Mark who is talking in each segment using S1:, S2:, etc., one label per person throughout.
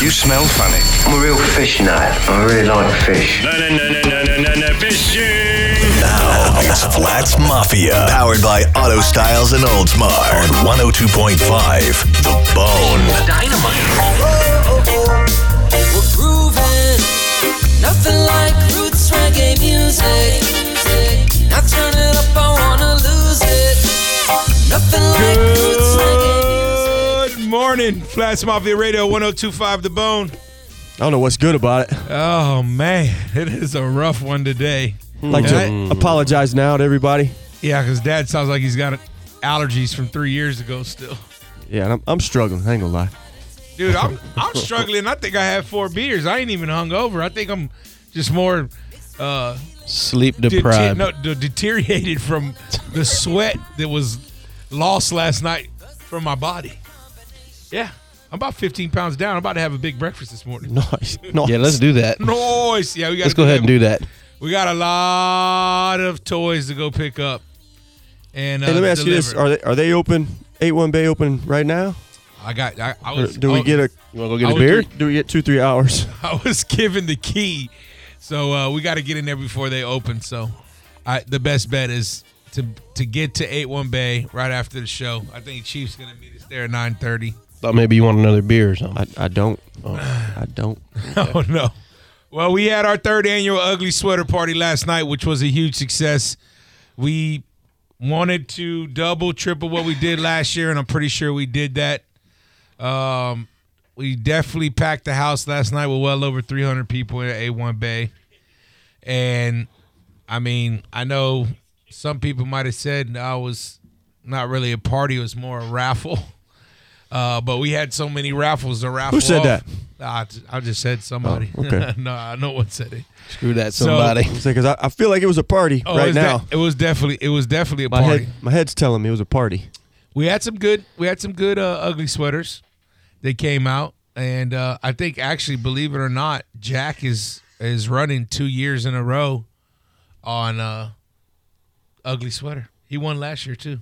S1: You smell funny.
S2: I'm a real fish nut. I really like fish.
S3: No, no, no, no, no, no, no, fishing.
S1: Now it's Flats Mafia, powered by Auto Styles and Oldsmar on 102.5 The Bone.
S4: We're grooving, nothing like roots reggae music. Now turn it up, I wanna lose it. Nothing like roots reggae music.
S5: Good morning, Flats Mafia Radio 1025 The Bone.
S6: I don't know what's good about it.
S5: Oh, man. It is a rough one today.
S6: like to
S5: Mm.
S6: apologize now to everybody.
S5: Yeah, because dad sounds like he's got allergies from three years ago still.
S6: Yeah, and I'm, I'm struggling. I ain't gonna lie.
S5: Dude, I'm, I'm struggling. I think I had four beers. I ain't even hungover. I think I'm just more uh,
S7: Sleep
S5: de-
S7: deprived.
S5: no, de- deteriorated from the sweat that was lost last night from my body. Yeah, I'm about 15 pounds down. I'm about to have a big breakfast this morning.
S6: Nice, nice.
S7: Yeah, let's do that.
S5: Noise. Yeah, we got.
S7: Let's go ahead and do that.
S5: We got a lot of toys to go pick up. And uh,
S6: Hey, let me ask you this:
S5: deliver.
S6: Are they are they open? Eight one Bay open right now?
S5: I got. I, I
S6: Or
S5: was.
S6: do we
S5: oh,
S6: get a
S7: You want to go
S5: I
S7: get a
S5: would
S7: beer?
S6: do we get two three hours?
S5: I was given the key, so uh, we got to get in there before they open. So, I, the best bet is to to get to Eight One Bay right after the show. I think Chief's gonna meet us there at nine thirty.
S7: Thought maybe you want another beer or something.
S6: I, I don't. I don't.
S5: Oh no! Well, we had our third annual Ugly Sweater Party last night, which was a huge success. We wanted to double, triple what we did last year, and I'm pretty sure we did that. Um, we definitely packed the house last night with well over 300 people in A1 Bay, and I mean, I know some people might have said I was not really a party; it was more a raffle. Uh, but we had so many raffles. The raffle
S6: said
S5: off.
S6: that?
S5: I, I just said somebody.
S6: Oh, okay.
S5: no, I- no one said it.
S7: Screw that, somebody.
S6: Because I, I feel like it was a party
S5: Oh, it
S6: right
S5: was
S6: now.
S5: de- it was definitely it was definitely a
S6: my
S5: party.
S6: head my head's telling me it was a party.
S5: We had some good we had some good uh, ugly sweaters. They came out, and uh, I think actually, believe it or not, Jack is is running two years in a row on uh, ugly sweater. He won last year too.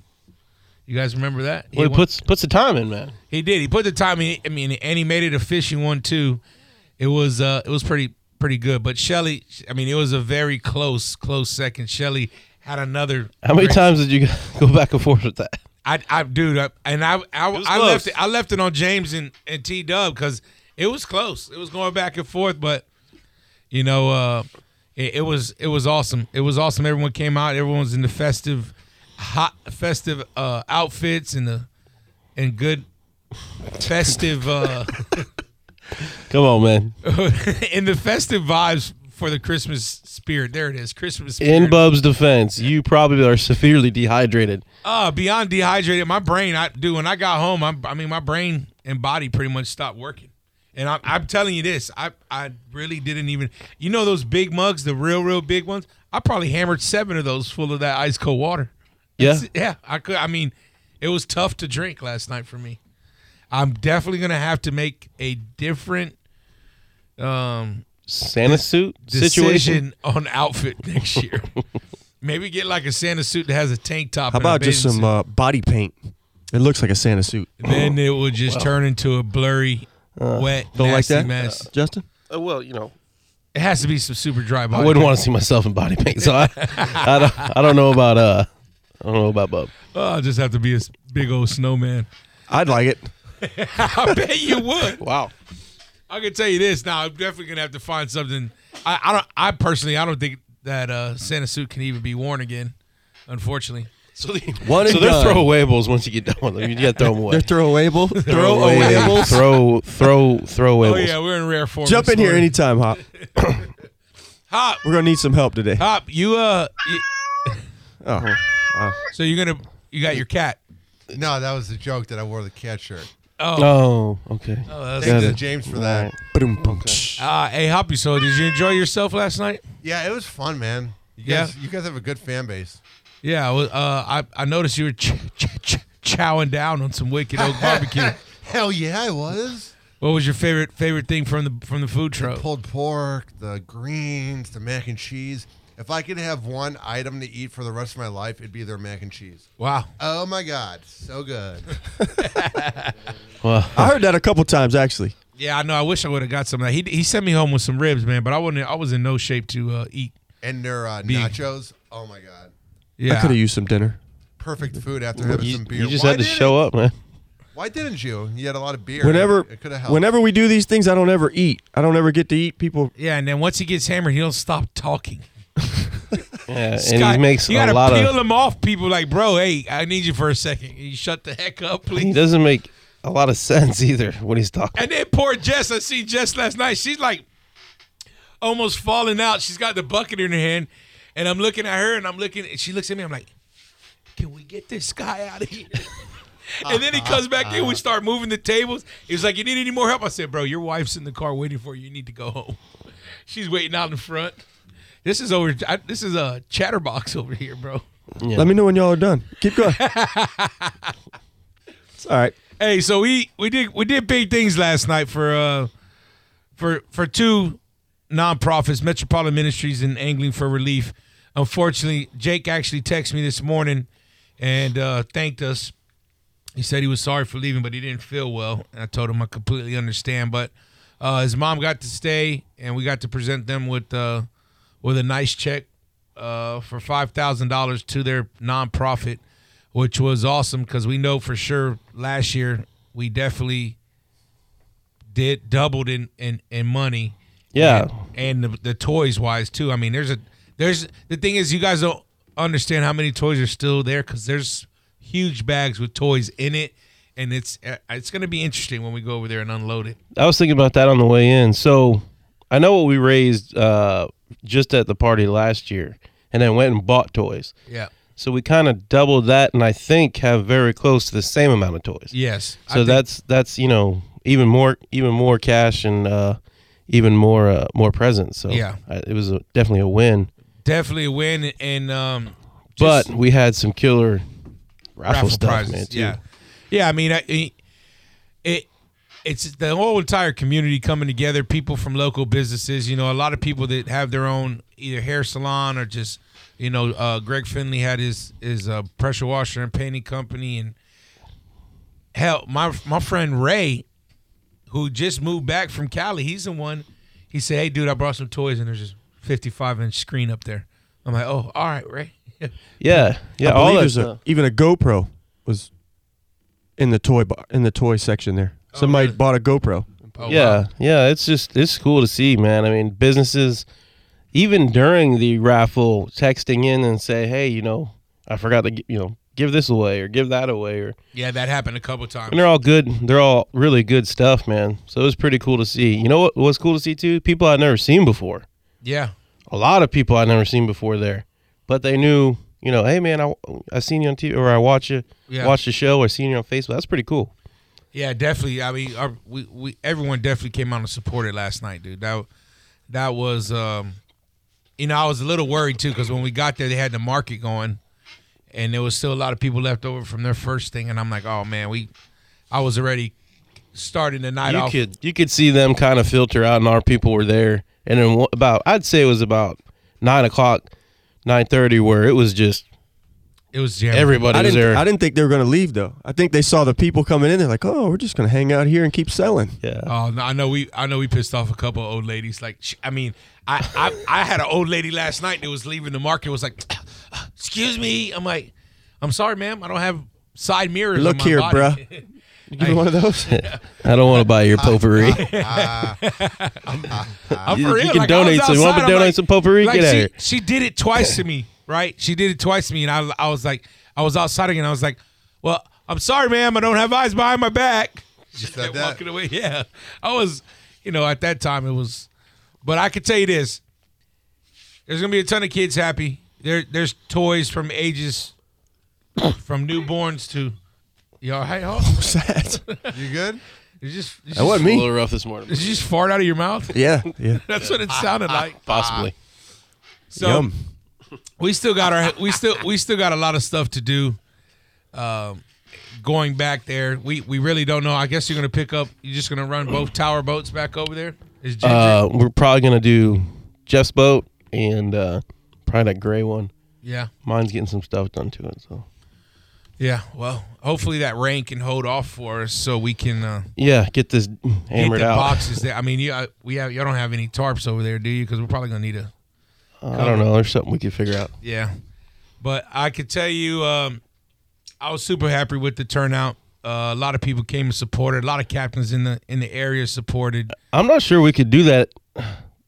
S5: You guys remember that? He
S7: well, he
S5: won-
S7: puts puts the time in, man.
S5: He did. He put the time in. I mean, and he made it a fishing one too. It was uh, it was pretty pretty good. But Shelly, I mean, it was a very close close second. Shelly had another.
S7: How many
S5: great-
S7: times did you go back and forth with that?
S5: I, I, dude, I, and I, I,
S7: was
S5: I
S7: close.
S5: left it. I left it on James and, and T Dub because it was close. It was going back and forth, but you know, uh, it, it was it was awesome. It was awesome. Everyone came out. Everyone's in the festive, hot festive uh, outfits and the and good festive uh,
S7: Come on, man.
S5: in the festive vibes for the Christmas spirit. There it is, Christmas spirit.
S7: In Bub's defense, you probably are severely dehydrated.
S5: Uh, beyond dehydrated, my brain, I do. When I got home, I, I mean, my brain and body pretty much stopped working. And I'm, I'm telling you this, I, I really didn't even, you know, those big mugs, the real, real big ones. I probably hammered seven of those full of that ice cold water.
S7: Yeah.
S5: Yeah, I could. I mean, it was tough to drink last night for me. I'm definitely gonna have to make a different um
S7: Santa suit situation.
S5: decision on outfit next year. Maybe get like a Santa suit that has a tank top.
S6: How
S5: and a
S6: about just
S5: bathing
S6: some
S5: suit.
S6: uh, body paint? It looks like a Santa suit.
S5: then it will just turn into a blurry, wet,
S6: Oh. Uh, Don't
S5: nasty
S6: like that,
S5: mess.
S6: Justin.
S7: Uh, well, you know,
S5: It has to be some super dry body.
S7: I wouldn't want to see myself in body paint, so I, I, don't, I don't know about uh, I don't know about Bub.
S5: Oh, I'll just have to be a s- big old snowman.
S6: I'd like it.
S5: I bet you would.
S7: Wow.
S5: I can tell you this. Now I'm definitely gonna have to find something. I, I don't. I personally, I don't think that uh, Santa suit can even be worn again. Unfortunately,
S7: So, they,
S6: One
S7: so
S6: and
S7: they're
S6: done.
S7: throwawables once you get done with them. You got to throw them away.
S6: They're throwable.
S7: Throwaway- Throw, throw, throwawables.
S5: oh yeah, we're in rare form.
S6: Jump
S5: This
S6: in here
S5: morning.
S6: anytime, Hop.
S5: Hop,
S6: We're gonna need some help today.
S5: hop. You uh, you-
S6: Oh.
S5: so you're gonna you got your cat.
S8: No, that was the joke that I wore the cat shirt.
S5: Oh,
S7: Oh, okay.
S5: oh that's
S8: Thanks
S7: it.
S8: to James for that.
S6: Boom, boom, shh.
S5: Uh, hey, Hoppy. So did you enjoy yourself last night?
S8: Yeah, it was fun, man. You
S5: Yeah.
S8: guys, you guys have a good fan base.
S5: Yeah, I was- uh, I I noticed you were ch- ch- ch- chowing down on some wicked oak barbecue.
S8: Hell yeah, I was.
S5: what was your favorite favorite thing from the from the food truck?
S8: Pulled pork, the greens, the mac and cheese. If I could have one item to eat for the rest of my life, it'd be their mac and cheese.
S5: Wow,
S8: Oh my god, so good.
S7: Well,
S6: I heard that a couple times actually.
S5: Yeah, I know. I wish I would have got some of that. He he sent me home with some ribs, man, but I wasn't. I was in no shape to uh, eat.
S8: And their uh,
S5: Being-
S8: nachos. Oh my god,
S5: Yeah,
S6: I could have used some dinner.
S8: perfect food after having
S7: You,
S8: some beer.
S7: you just
S8: Why
S7: had to
S8: didn't-
S7: show up, man.
S8: Why didn't you? You had a lot of beer.
S6: Whenever,
S8: it could have helped.
S6: whenever we do these things, I don't ever eat. I don't ever get to eat. People,
S5: yeah. And then once he gets hammered, he don't stop talking.
S7: Yeah, and
S5: Scott,
S7: he makes
S5: you
S7: a
S5: gotta
S7: lot
S5: peel
S7: of.
S5: him off. People like, bro, hey, I need you for a second. You shut the heck up,
S7: He
S5: please.
S7: doesn't make a lot of sense either when he's talking.
S5: And then poor Jess, I see Jess last night. She's like almost falling out. She's got the bucket in her hand, and I'm looking at her, and I'm looking, and she looks at me. I'm like, "Can we get this guy out of here?" and then he comes back in. We start moving the tables. He was like, "You need any more help?" I said, "Bro, your wife's in the car waiting for you. You need to go home. She's waiting out in front." This is over. I, this is a chatterbox over here, bro.
S6: let me know when y'all are done. Keep going. it's all right.
S5: Hey, so we we did we did big things last night for uh for for two nonprofits, Metropolitan Ministries and Angling for Relief. Unfortunately, Jake actually texted me this morning and uh thanked us. He said he was sorry for leaving, but he didn't feel well. And I told him I completely understand, but uh his mom got to stay and we got to present them with uh with a nice check uh for $5,000 to their nonprofit which was awesome because we know for sure last year we definitely did doubled in in, in money
S7: Yeah.
S5: and, and the, the toys wise too. I mean, there's a there's the thing is you guys don't understand how many toys are still there because there's huge bags with toys in it, and it's uh, it's gonna be interesting when we go over there and unload it.
S7: I was thinking about that on the way in. So I know what we raised uh, just at the party last year, and then went and bought toys.
S5: Yeah.
S7: So we kind of doubled that, and I think have very close to the same amount of toys.
S5: Yes. I
S7: So
S5: think-
S7: that's that's you know even more even more cash and uh, even more uh, more presents. So
S5: Yeah.
S7: I, it was a, definitely a win.
S5: definitely a win, and um,
S7: But
S5: just-
S7: we had some killer raffle, stuff, man. Too.
S5: Yeah, yeah. I mean, I, I- it it's the whole entire community coming together. People from local businesses. You know, a lot of people that have their own either hair salon or just you know, uh, Greg Finley had his his uh, pressure washer and painting company, and hell, my my friend Ray, who just moved back from Cali, he's the one. He said, "Hey, dude, I brought some toys, and there's this 55 inch screen up there." I'm like, "Oh, all right, Ray."
S7: yeah, yeah.
S6: I believe
S7: All that
S6: there's a,
S7: stuff.
S6: even a GoPro was in the toy bar, in the toy section there.
S5: Oh,
S6: Somebody
S5: really?
S6: bought a GoPro.
S5: Oh,
S7: yeah,
S5: wow.
S7: yeah. It's just it's cool to see, man. I mean, businesses even during the raffle texting in and say, hey, you know, I forgot to gi- you know give this away or give that away or
S5: yeah, that happened a couple times.
S7: and they're all good. They're all really good stuff, man. So it was pretty cool to see. You know what was cool to see too? People I'd never seen before.
S5: Yeah.
S7: A lot of people I'd never seen before there, but they knew. You know, hey man, I I seen you on TV or I watch you,
S5: Yeah.
S7: watch the show or seen you on Facebook. That's pretty cool.
S5: Yeah, definitely. I mean, our, we we everyone definitely came out and supported last night, dude. That that was, um, you know, I was a little worried too because when we got there, they had the market going, and there was still a lot of people left over from their first thing, and I'm like, oh man, we, I was already starting the night
S7: you
S5: off.
S7: could you could see them kind of filter out, and our people were there. And then wha- about I'd say it was about nine o'clock, nine thirty, where it was just
S5: It was jammed.
S7: everybody
S6: I
S7: was
S6: didn't.
S7: there.
S6: I didn't think they were going to leave though. I think they saw the people coming in. They're like, "Oh, we're just going to hang out here and keep selling."
S7: yeah,
S5: Oh no, I know we I know we pissed off a couple of old ladies. Like sh- I mean, I, I I had an old lady last night that was leaving the market was like, excuse me. I'm like, I'm sorry, ma'am. I don't have side mirrors.
S6: Look
S5: on my
S6: here,
S5: body."
S6: bruh. You give me one of those.
S7: I don't want to buy your potpourri.
S5: I'm
S7: You-
S5: for
S7: you
S5: real. like,
S7: can
S5: I was
S7: donate some. You want
S5: outside,
S7: me to
S5: I'm
S7: donate
S5: like-
S7: some potpourri?
S5: like,
S7: Get out
S5: she,
S7: here.
S5: She did it twice to me, right? She did it twice to me, and I, I was like, I was outside again. I was like, well, I'm sorry, ma'am. I don't have eyes behind my back. She
S8: said
S5: kept
S8: that?
S5: walking away. Yeah, I was, you know, at that time it was, but I could tell you this: there's gonna be a ton of kids happy. There, there's toys from ages, from newborns to. You all right? Oh,
S6: What's that?
S8: you good?
S5: you just, you
S6: That
S5: just,
S6: wasn't
S7: A
S6: me.
S7: little rough this morning,
S5: did you just fart out of your mouth?
S6: Yeah, yeah.
S5: That's what it sounded like.
S7: possibly.
S5: So,
S6: Uh, Yum.
S5: we still got our we still we still got a lot of stuff to do. Um, going back there, we we really don't know. I guess you're gonna pick up. You're just gonna run both tower boats back over there. Is Ginger?
S7: Uh, we're probably gonna do Jeff's boat and uh, probably that gray one.
S5: yeah.
S7: Mine's getting some stuff done to it. So
S5: Yeah, well, hopefully that rain can hold off for us so we can uh,
S7: Yeah, get this
S5: get
S7: hammered
S5: the
S7: out.
S5: boxes there. I mean, you, uh, we have y'all don't have any tarps over there, do you? Because we're probably gonna need a
S7: I don't know. There's something we could figure out.
S5: Yeah. But I could tell you, um, I was super happy with the turnout. Uh, a lot of people came and supported. A lot of captains in the in the area supported.
S7: I'm not sure we could do that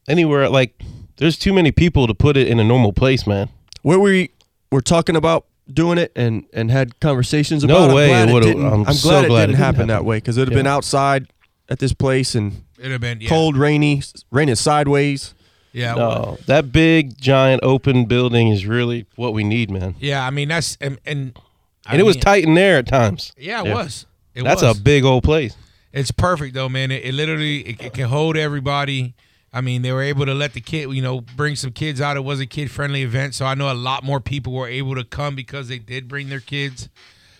S7: anywhere. Like, there's too many people to put it in a normal place, man.
S6: Where we were talking about doing it and and had conversations
S7: No
S6: about.
S7: way,
S6: I'm glad
S7: it
S6: it,
S7: would've-
S6: didn't.
S7: I'm
S6: I'm,
S7: so
S6: glad it
S7: glad it
S6: didn't
S7: didn't
S6: happen that
S7: happen.
S6: way because it would have been
S7: Yeah.
S6: outside at this place and
S5: It'd have been yeah,
S6: cold, rainy, s- raining sideways.
S5: Yeah, well,
S7: No, Uh, that big, giant, open building is really what we need, man.
S5: yeah. I mean, that's and and, I
S7: And it was
S5: mean-
S7: tight in there at times.
S5: Yeah, it
S7: Yeah.
S5: was. It
S7: That's
S5: was.
S7: a big old place.
S5: It's perfect though, man. It, it literally it, it can hold everybody. I mean, they were able to let the kid, you know, bring some kids out. It was a kid friendly event, so I know a lot more people were able to come because they did bring their kids.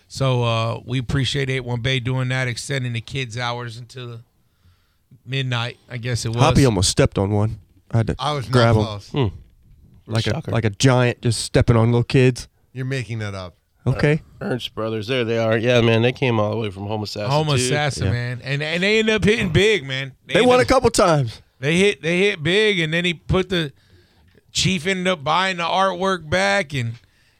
S5: So uh, we appreciate Eight One Bay doing that, extending the kids' hours until midnight. I guess it was.
S6: Hoppy almost stepped on one. I had to
S8: I was not
S6: grab him
S8: close.
S7: Hmm.
S6: like a
S7: Shocker.
S6: like a giant, just stepping on little kids.
S8: You're making that up.
S6: Okay,
S7: Ernst Brothers, there they are. Yeah, man, they came all the way from Home Assassin.
S5: Home
S7: too.
S5: assassin,
S6: Yeah.
S5: man, and and they end up hitting big, man.
S6: they
S5: end
S6: won
S5: up-
S6: a couple times.
S5: They hit they hit big, and then he put the chief ended up buying the artwork back, and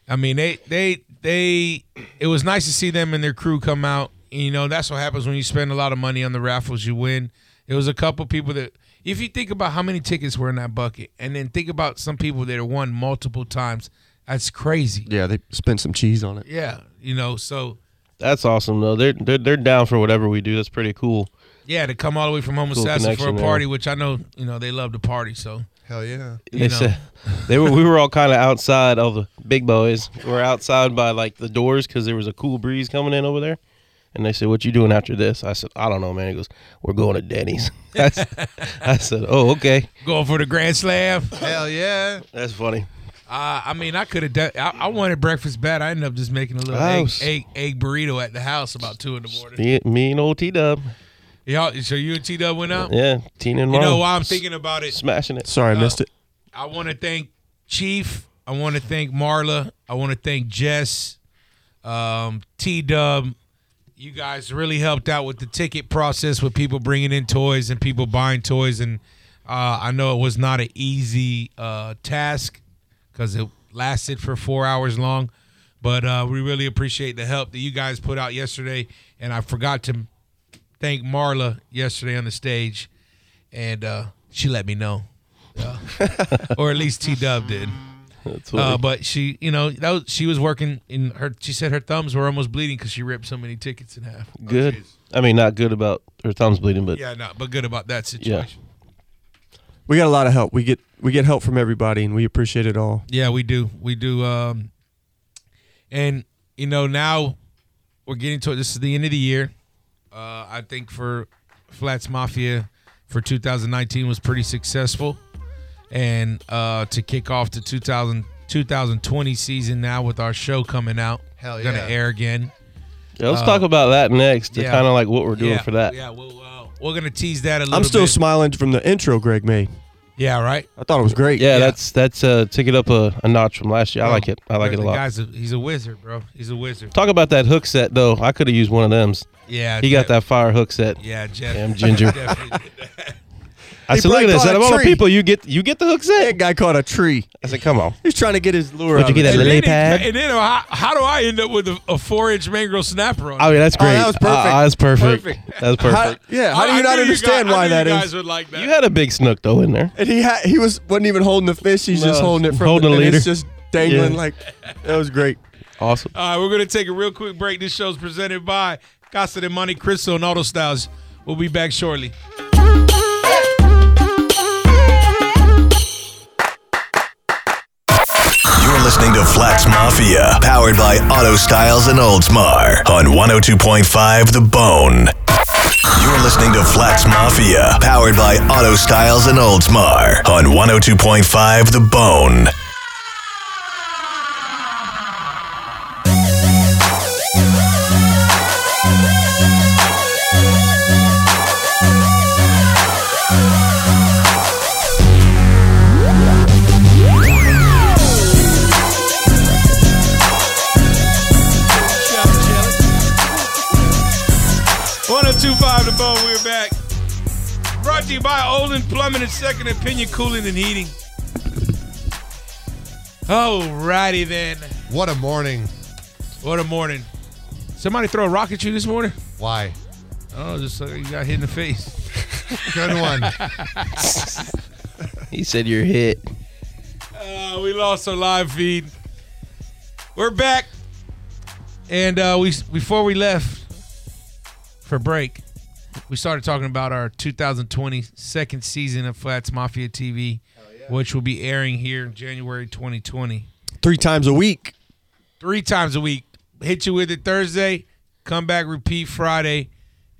S5: I mean they they they it was nice to see them and their crew come out. And, you know that's what happens when you spend a lot of money on the raffles, you win. It was a couple people that if you think about how many tickets were in that bucket, and then think about some people that have won multiple times, that's crazy.
S6: Yeah, they spent some cheese on it.
S5: Yeah, you know so.
S7: That's awesome though. They're, they're they're down for whatever we do. That's pretty cool.
S5: Yeah, to come all the way from Home Assassin for a
S7: connection there.
S5: party, which I know you know they love to party. So
S8: Hell yeah.
S7: They
S5: You know.
S7: said they were we were all kind of outside all the big boys. We are outside by like the doors because there was a cool breeze coming in over there. And they said, "What you doing after this?" I said, "I don't know, man." He goes, "We're going to Denny's." I, s- I said, "Oh, okay."
S5: going for the grand slam.
S8: Hell yeah.
S7: That's funny.
S5: Uh, I mean, I could have. De- I, I wanted breakfast bad. I ended up just making a little
S7: Oh,
S5: egg,
S7: s-
S5: egg egg burrito at the house about two in the morning.
S7: Me, me and old T Dub.
S5: Y'all, so you and T Dub went out.
S7: Yeah, Tina and
S5: You
S7: Marlon.
S5: know why I'm thinking about it.
S7: smashing it.
S6: Sorry, I missed it.
S5: I want to thank Chief. I want to thank Marla. I want to thank Jess. Um, T Dub, you guys really helped out with the ticket process with people bringing in toys and people buying toys. And uh, I know it was not an easy uh, task because it lasted for four hours long. But uh, we really appreciate the help that you guys put out yesterday. And I forgot to thank Marla yesterday on the stage. And uh, she let me know or at least T Dub did.
S7: That's
S5: Uh,
S7: what we-
S5: but she, you know, that was, she was working in her. She said her thumbs were almost bleeding because she ripped so many tickets in half.
S7: good. I mean, not good about her thumbs bleeding, but
S5: oh, Yeah, no, but good about that situation.
S6: We got a lot of help. We get we get help from everybody, and we appreciate it all.
S5: Yeah, we do, we do. Um, and you know, now we're getting to it. This is the end of the year. Uh, I think for Flats Mafia for 2019 was pretty successful, and uh, to kick off the 2000 2020 season now with our show coming out,
S8: Hell
S5: gonna
S8: yeah.
S5: air again.
S7: Yeah, let's talk about that next.
S5: Uh, yeah.
S7: Kind of like what we're doing
S5: yeah,
S7: for that.
S5: Yeah, we'll, uh, we're gonna tease that a little.
S6: I'm still
S5: bit.
S6: smiling from the intro Greg made.
S5: Yeah, right.
S6: I thought it was great.
S7: Yeah, that's that's uh, took it up a, a notch from last year. I like it. I like it a
S5: The
S7: lot.
S5: Guy's a, he's a wizard, bro. He's a wizard.
S7: Talk about that hook set though. I could have used one of them.
S5: Yeah,
S7: He got
S5: Jeff-
S7: that fire hook set.
S5: Yeah, Jeff.
S7: Damn ginger.
S5: definitely did that.
S7: I
S6: He
S7: said, look
S6: probably
S7: at this.
S6: caught
S7: Out
S6: a
S7: of all the
S6: tree.
S7: people, you get you get the hook
S6: That
S7: set.
S6: guy caught a tree.
S7: I said, come on.
S6: He's trying to get his lure.
S7: Where'd you
S6: out of
S7: get
S6: it.
S7: that
S5: and,
S7: lily
S5: then
S7: pad?
S5: He, and then uh, how, how do I end up with a, a four-inch mangrove snapper on?
S7: I
S5: it?
S7: mean, that's
S6: Oh,
S7: great.
S6: that was perfect.
S7: Uh, that's perfect.
S6: Perfect.
S7: That's
S6: How,
S7: perfect.
S6: yeah, how
S5: I-
S6: do
S5: I
S6: you not
S5: knew
S6: understand
S5: guys- I
S6: why
S5: knew
S6: that
S5: you guys
S6: is?
S5: would like that.
S7: you had a big snook though in there.
S6: And he ha- he was wasn't even holding the fish. He's just
S7: No,
S6: holding it from
S7: holding
S6: the,
S7: a
S6: and
S7: leader.
S6: It's just dangling
S7: Yeah.
S6: like that was great.
S7: Awesome.
S5: All right, we're gonna take a real quick break. This show is presented by Casa de Monte Cristo and Auto Styles. We'll be back shortly.
S1: You're listening to Flats Mafia, powered by Auto Styles and Oldsmar on 102.5 The Bone. You're listening to Flats Mafia, powered by Auto Styles and Oldsmar on 102.5 The Bone.
S5: Yeah, oh to you by Olin Plumbing and Second Opinion Cooling and Heating. Alrighty then.
S8: What a morning.
S5: What a morning. Somebody throw a rock at you this morning?
S8: Why?
S5: Oh, just like you got hit in the face.
S8: Good one.
S7: He said you're hit.
S5: Uh, we lost our live feed. We're back, and uh, we before we left for break, we started talking about our 2020 second season of Flats Mafia TV, which will be airing here in January 2020,
S6: Three times a week.
S5: three times a week. Hit you with it Thursday, come back, repeat Friday,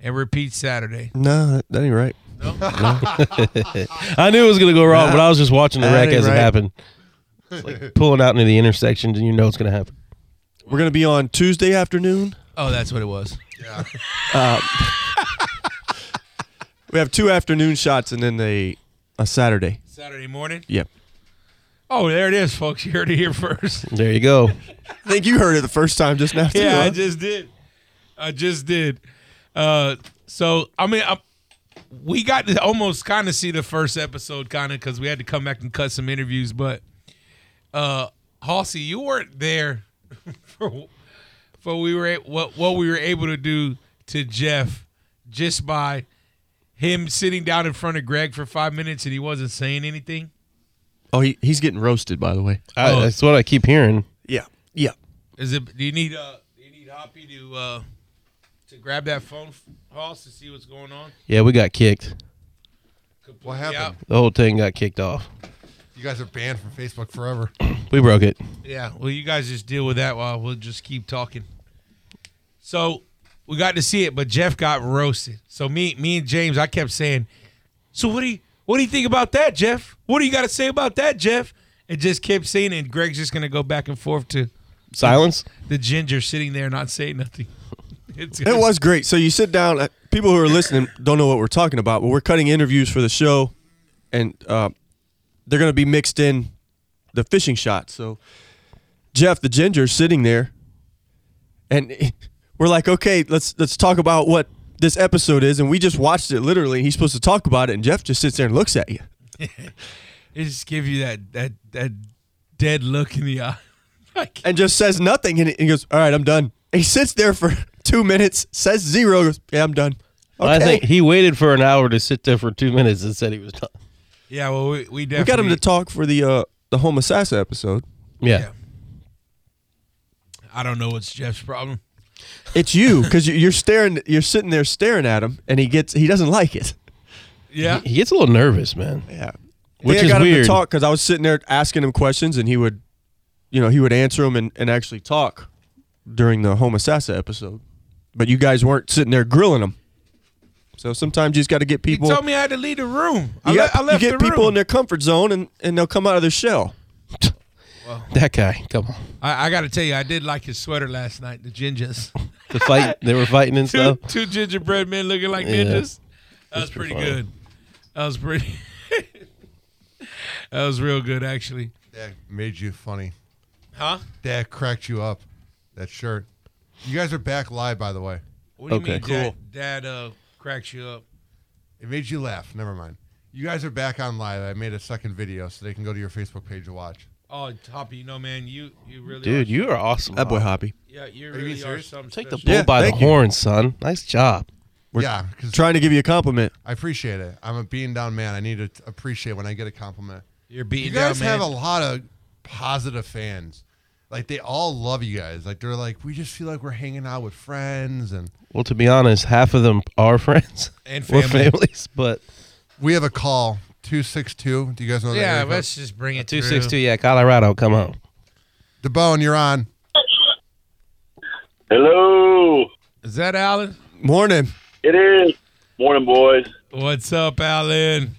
S5: and repeat Saturday.
S6: No, that, that ain't right.
S7: I knew it was gonna go wrong, but I was just watching the
S6: That
S7: wreck
S6: ain't
S7: as
S6: right.
S7: it happened. It's like pulling out into the intersections, and you know it's gonna happen.
S6: We're gonna be on Tuesday afternoon.
S5: Oh, that's what it was.
S6: We have two afternoon shots and then a a Saturday.
S5: Saturday morning.
S6: Yep.
S5: Oh, there it is, folks. You heard it here first.
S7: There you go.
S6: I think you heard it the first time just now. too,
S5: yeah, I
S6: huh?
S5: just did. I just did. Uh, so I mean, I, we got to almost kind of see the first episode, kind of because we had to come back and cut some interviews. But uh, Halsey, you weren't there for for we were a- what what we were able to do to Jeff just by him sitting down in front of Greg for five minutes and he wasn't saying anything.
S6: oh, he, he's getting roasted, by the way.
S7: I,
S5: Oh.
S7: That's what I keep hearing.
S6: Yeah. Yeah.
S5: Is it? Do you need uh? Do you need Hoppy to uh to grab that phone, Hoss, to see what's going on?
S7: Yeah, we got kicked.
S5: Completely
S8: happened?
S7: The whole thing got kicked off.
S8: You guys are banned from Facebook forever.
S7: We broke it.
S5: out? Yeah. Well, you guys just deal with that while we'll just keep talking. So we got to see it, but Jeff got roasted. So me, me and James, I kept saying, "So what do you what do you think about that, Jeff? What do you got to say about that, Jeff?" And just kept saying, it. and Greg's just gonna go back and forth to
S7: Silence.
S5: the ginger sitting there not saying nothing. It's
S6: It was great. So you sit down. uh, People who are listening don't know what we're talking about, but we're cutting interviews for the show, and uh, they're going to be mixed in the fishing shots. So Jeff, the ginger, is sitting there, and we're like, okay, let's let's talk about what this episode is, and we just watched it literally. and He's supposed to talk about it, and Jeff just sits there and looks at you.
S5: It just give you that that that dead look in the eye. like
S6: and just says nothing. And he goes, "All right, I'm done." He sits there for two minutes, says zero. Goes, "Yeah, I'm done." Okay.
S7: I think he waited for an hour to sit there for two minutes and said he was done.
S5: yeah, well we we
S6: we got
S5: definitely
S6: him to talk for the uh, the home assassin episode.
S7: Yeah.
S5: Yeah. I don't know what's Jeff's problem.
S6: It's you because you're staring. You're sitting there staring at him, and he gets he doesn't like it.
S5: Yeah.
S7: He gets a little nervous, man.
S6: Yeah,
S7: Which
S6: I
S7: is
S6: got him
S7: weird.
S6: to talk because I was sitting there asking him questions, and he would, you know, he would answer them and, and actually talk during the home assassin episode. But you guys weren't sitting there grilling him. So sometimes you just got to get
S5: He
S6: people.
S5: told me I had to leave the room. I,
S6: You,
S5: le-
S6: got-
S5: I
S6: you
S5: left
S6: get
S5: the
S6: people
S5: room.
S6: in their comfort zone and, and they'll come out of their shell.
S7: That guy. Come on.
S5: I, I got to tell you, I did like his sweater last night. The gingers,
S7: The fight they were fighting and
S5: two,
S7: stuff.
S5: two gingerbread men looking like
S7: Yeah.
S5: ninjas. That was pretty
S7: pretty
S5: good. That was pretty. that was real good, actually.
S8: That made you funny.
S5: Huh?
S8: That cracked you up. That shirt. You guys are back live, by the way.
S5: What do you
S7: Okay.
S5: mean,
S7: Cool.
S5: Dad? Dad uh, cracks you up.
S8: It made you laugh. Never mind. You guys are back on live. I made a second video so they can go to your Facebook page and watch.
S5: Oh, Hoppy, you know, man, you you really,
S7: Dude,
S5: are,
S7: you are awesome.
S5: Oh,
S6: That boy
S7: Rob.
S6: Hoppy.
S5: yeah, you
S8: being
S5: really are
S8: serious?
S5: something.
S7: Take the
S5: special.
S7: bull
S6: Yeah,
S7: by the
S6: thank you.
S7: horn, son. Nice job.
S6: We're
S8: yeah, because
S6: Trying to give you a compliment.
S8: I appreciate it. I'm a being down man. I need to t- appreciate when I get a compliment.
S5: You're beating
S8: You guys
S5: down,
S8: have a
S5: man.
S8: lot of positive fans. Like they all love you guys. Like they're like, we just feel like we're hanging out with friends, and
S7: Well, to be honest, half of them are friends.
S5: And
S7: We're
S5: family.
S7: families, but
S8: we have a call two six two. Do you guys know? that
S5: yeah,
S8: area code?
S5: let's just bring it
S7: two
S5: through.
S7: six two, yeah, Colorado, come on.
S8: DeBone, you're on.
S9: Hello.
S5: Is that Alan?
S6: Morning.
S9: It is. Morning, boys.
S5: What's up, Alan?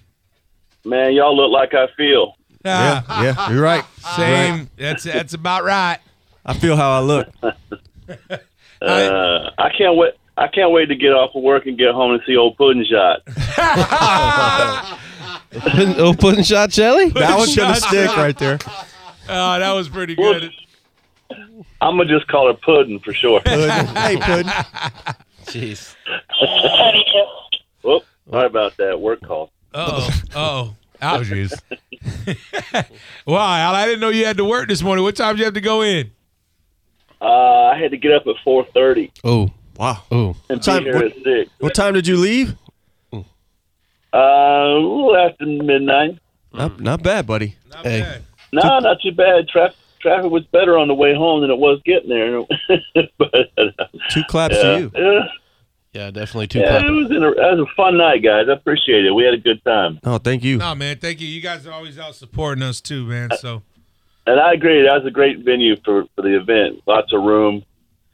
S9: Man, y'all look like I feel.
S5: Ah,
S6: yeah, you're right.
S5: same. That's that's about right.
S6: I feel how I look.
S9: Uh, I can't wait. I can't wait to get off of work and get home and see old Puddin' Shot.
S7: Puddin- oh, pudding shot jelly?
S6: That one's gonna
S5: Shut
S6: stick right there.
S5: Oh, that was pretty good.
S9: I'm gonna just call her Puddin' for sure.
S6: Puddin. Hey, Puddin.
S7: Jeez.
S9: Whoop. Sorry about that work call.
S5: Oh, oh.
S8: Oh,
S5: I-
S8: jeez.
S5: Why? Al, I didn't know you had to work this morning. What time did you have to go in?
S9: Uh, I had to get up at 4:30
S7: Oh,
S6: Wow.
S7: oh.
S9: and
S8: Uh,
S6: time-
S9: be here
S6: what-
S9: at six.
S6: What time did you leave?
S9: Uh, a little after midnight.
S6: Not, not bad, buddy.
S5: Not
S7: Hey.
S5: bad.
S9: No, not too bad. Traffic traffic was better on the way home than it was getting there. but uh,
S6: Two claps to you.
S9: yeah,
S7: Yeah, definitely two
S9: yeah,
S7: yeah,
S9: it was, an, it was a fun night, guys. I appreciate it. We had a good time,
S6: Oh, thank you.
S5: No, man. Thank you. You guys are always out supporting us too, man. So
S9: and I agree. That was a great venue for, for the event. Lots of room.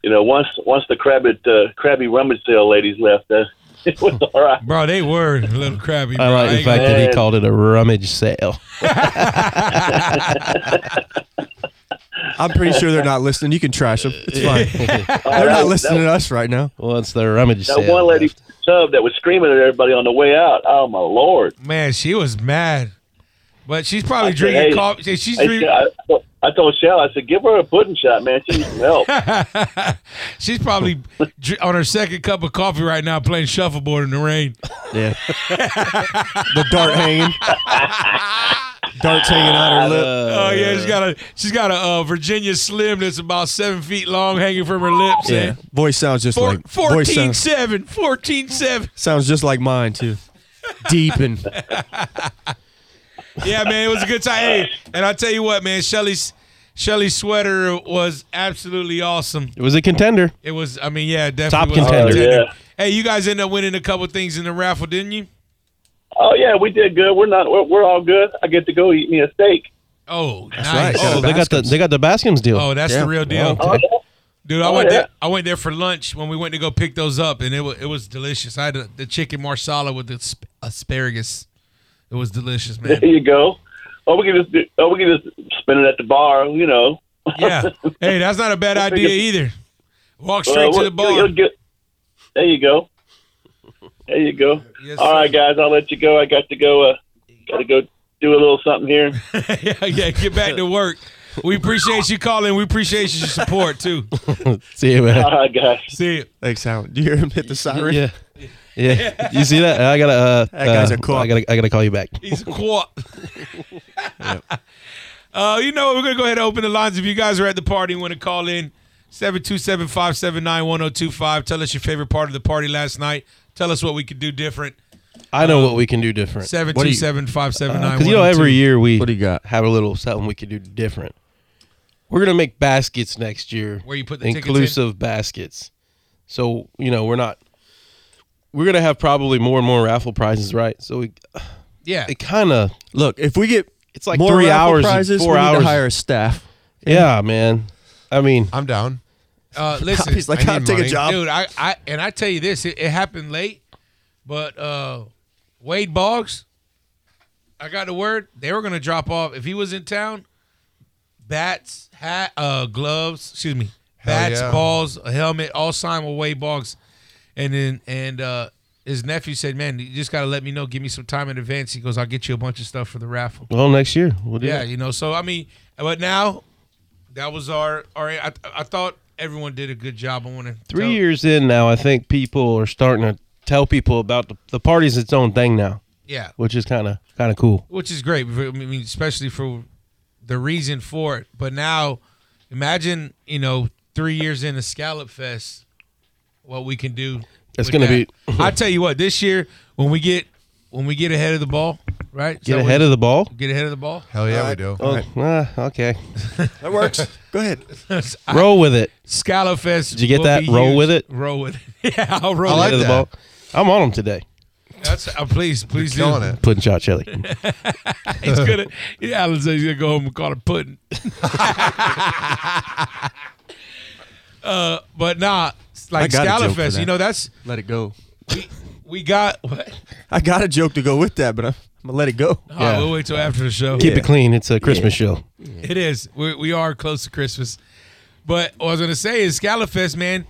S9: You know, once once the Krabby uh, Krabby Rummage Sale ladies left, uh, it was all right.
S5: Bro, they were a little crabby. Bro.
S7: I like the
S5: ain't
S7: fact
S5: gonna-
S7: that he called it a rummage sale.
S6: I'm pretty sure they're not listening. You can trash them. It's fine.
S9: All
S6: They're
S9: right.
S6: not listening to us right now.
S7: Well, it's the rummage
S9: That,
S7: sale.
S9: that one lady
S7: left.
S9: sub that was screaming at everybody on the way out. Oh my lord!
S5: Man, she was mad. But she's probably
S9: said,
S5: drinking
S9: hey,
S5: coffee. She's
S9: I,
S5: drinking.
S9: I, I told Shell, I said, give her a pudding shot, man. She needs some help.
S5: She's probably dr- on her second cup of coffee right now, playing shuffleboard in the rain.
S6: Yeah. the dart hanging. Darts hanging out her
S9: Uh,
S6: lip.
S5: Oh yeah, she's got a she's got a uh, Virginia Slim that's about seven feet long, hanging from her lips.
S6: Yeah.
S5: Yeah,
S6: Voice sounds just
S5: Four,
S6: like
S5: 14
S6: voice sounds,
S5: 7 14 7
S6: sounds just like mine too. Deep and
S9: Uh,
S5: Yeah, man, it was a good time. Hey, and I tell you what, man, Shelly's Shelly's sweater was absolutely awesome.
S7: It was a contender.
S5: It was, I mean, yeah, it
S7: Top
S5: definitely was a
S7: contender.
S9: Yeah.
S5: Hey, you guys ended up winning a couple things in the raffle, didn't you?
S9: Oh yeah, we did good. We're not. We're, we're all good. I get to go eat me a steak.
S5: Oh,
S6: right.
S5: nice.
S6: Yeah,
S7: Oh,
S5: Oh,
S7: they got the
S6: Bascom's.
S7: they got the Bascom's deal.
S5: oh, that's
S6: Yeah.
S5: the real deal,
S7: Oh, okay.
S5: dude. I
S9: Oh,
S5: went
S9: yeah.
S5: there. I went there for lunch when we went to go pick those up, and it was it was delicious. I had a, the chicken marsala with the sp- asparagus. It was delicious, man.
S9: There you go. Or we can just. Do, or we can just spend it at the bar. You know.
S5: yeah. Hey, that's not a bad idea either. Walk
S9: Well,
S5: straight to
S9: we'll-
S5: the bar.
S9: you'll- you'll get- there you go. There you go.
S5: Yes,
S9: all
S5: sir.
S9: right, guys. I'll let you go. I got to go. Uh, got to go do a little something here.
S5: yeah, yeah, get back to work. We appreciate you calling. We appreciate your support too.
S7: See you, man.
S9: All right, guys.
S5: See you.
S6: thanks, Howard. Do you hear him hit the siren?
S7: Yeah. Yeah, you see that? I gotta. Uh,
S6: That guy's
S7: uh,
S6: a co-op.
S7: I gotta. I gotta call you back.
S5: He's a quart. uh, you know what? We're gonna go ahead and open the lines. If you guys are at the party and want to call in, 727-579-1025. Tell us your favorite part of the party last night. Tell us what we could do different.
S7: I know what we can do different. What do you-
S5: 727-579-1025.
S7: Because you know, every year we
S6: What do you got?
S7: have a little something we could do different. We're gonna make baskets next year.
S5: Where you put the tickets in?
S7: inclusive baskets. So you know, we're not. We're gonna have probably more and more raffle prizes, right? So we
S5: Yeah.
S7: it kind of
S6: Look, if we get
S7: It's like
S6: more
S7: three
S6: raffle
S7: hours and
S6: prizes,
S7: four
S6: we need
S7: hours.
S6: to hire a staff.
S7: yeah, man. I mean,
S8: I'm down.
S5: Uh, listen,
S6: He's like,
S8: I need
S6: I'll take a
S8: money.
S6: job.
S5: dude, I, I and I tell you this, it, it happened late, but uh, Wade Boggs, I got the word they were gonna drop off if he was in town. Bats, hat, uh, gloves. Excuse me, bats,
S8: yeah.
S5: balls, a helmet, all signed with Wade Boggs, and then and uh, his nephew said, "Man, you just gotta let me know. Give me some time in advance." He goes, "I'll get you a bunch of stuff for the raffle."
S7: well, next year we'll do.
S5: Yeah,
S7: that.
S5: you know. So I mean, but now that was our our. I, I thought everyone did a good job. I want to
S7: three years in now, I think people are starting to tell people about the, the party's its own thing now,
S5: Yeah,
S7: which is kind of kind of cool.
S5: which is great. I mean, especially for the reason for it. But now, imagine you know three years in a Scallop Fest, what we can do.
S7: It's
S5: with
S7: gonna
S5: that.
S7: be-
S5: I tell you what, this year when we get when we get ahead of the ball, right?
S7: Get ahead of the ball.
S5: the- get ahead of the ball.
S8: Hell yeah, we do.
S7: Oh, uh, okay.
S6: That works. Go ahead.
S7: Roll with it.
S5: Scallop Fest.
S7: Did you get
S5: will
S7: that?
S5: be
S7: Roll
S5: huge.
S7: with it?
S5: Roll with it. Yeah, I'll roll
S7: Get
S5: with
S7: ahead of
S5: it.
S7: the ball. I'm on them today.
S5: That's uh, please, please do.
S8: Killing it.
S7: Pudding shot chili.
S5: He's gonna. Yeah, Alan says he's gonna go home and call it pudding. uh, but nah, it's
S6: I
S5: like
S6: got a joke
S5: Scallop
S6: for
S5: Fest,
S6: that.
S5: you know, that's
S6: Let it go.
S5: we got. What?
S6: I got a joke to go with that, but I'm, I'm gonna let it go.
S5: All right, we'll wait till after the show.
S7: Keep it clean. It's a Christmas show.
S5: It is. We, we are close to Christmas, but what I was gonna say is Scallop Fest, man.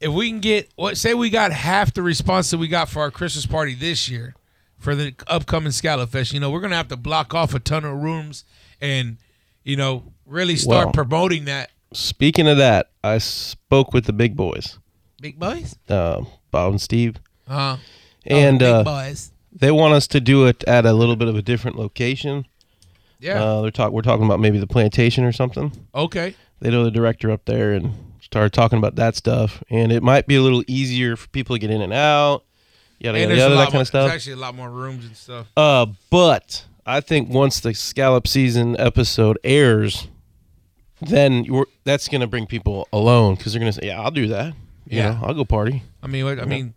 S5: If we can get, what say we got half the response that we got for our Christmas party this year, for the upcoming Scallop Fest, you know, we're gonna have to block off a ton of rooms and, you know, really start
S7: Well-
S5: promoting that.
S7: Speaking of that, I spoke with the big boys,
S5: Big boys.
S7: uh, Bob and Steve,
S5: Uh-huh.
S7: and
S5: big
S7: uh,
S5: boys.
S7: They want us to do it at a little bit of a different location.
S5: Yeah.
S7: Uh, they're talk. We're talking about maybe the plantation or something.
S5: okay.
S7: They know the director up there and started talking about that stuff. And it might be a little easier for people to get in and out.
S5: And
S7: Yada yada
S5: there's a
S7: yada,
S5: lot
S7: that kind
S5: more,
S7: of stuff.
S5: There's actually a lot more rooms and stuff.
S7: Uh, but I think once the scallop season episode airs, then you're, that's gonna bring people alone because they're gonna say, "Yeah, I'll do that. You
S5: Yeah.
S7: know, I'll go party."
S5: I mean, what, I mean,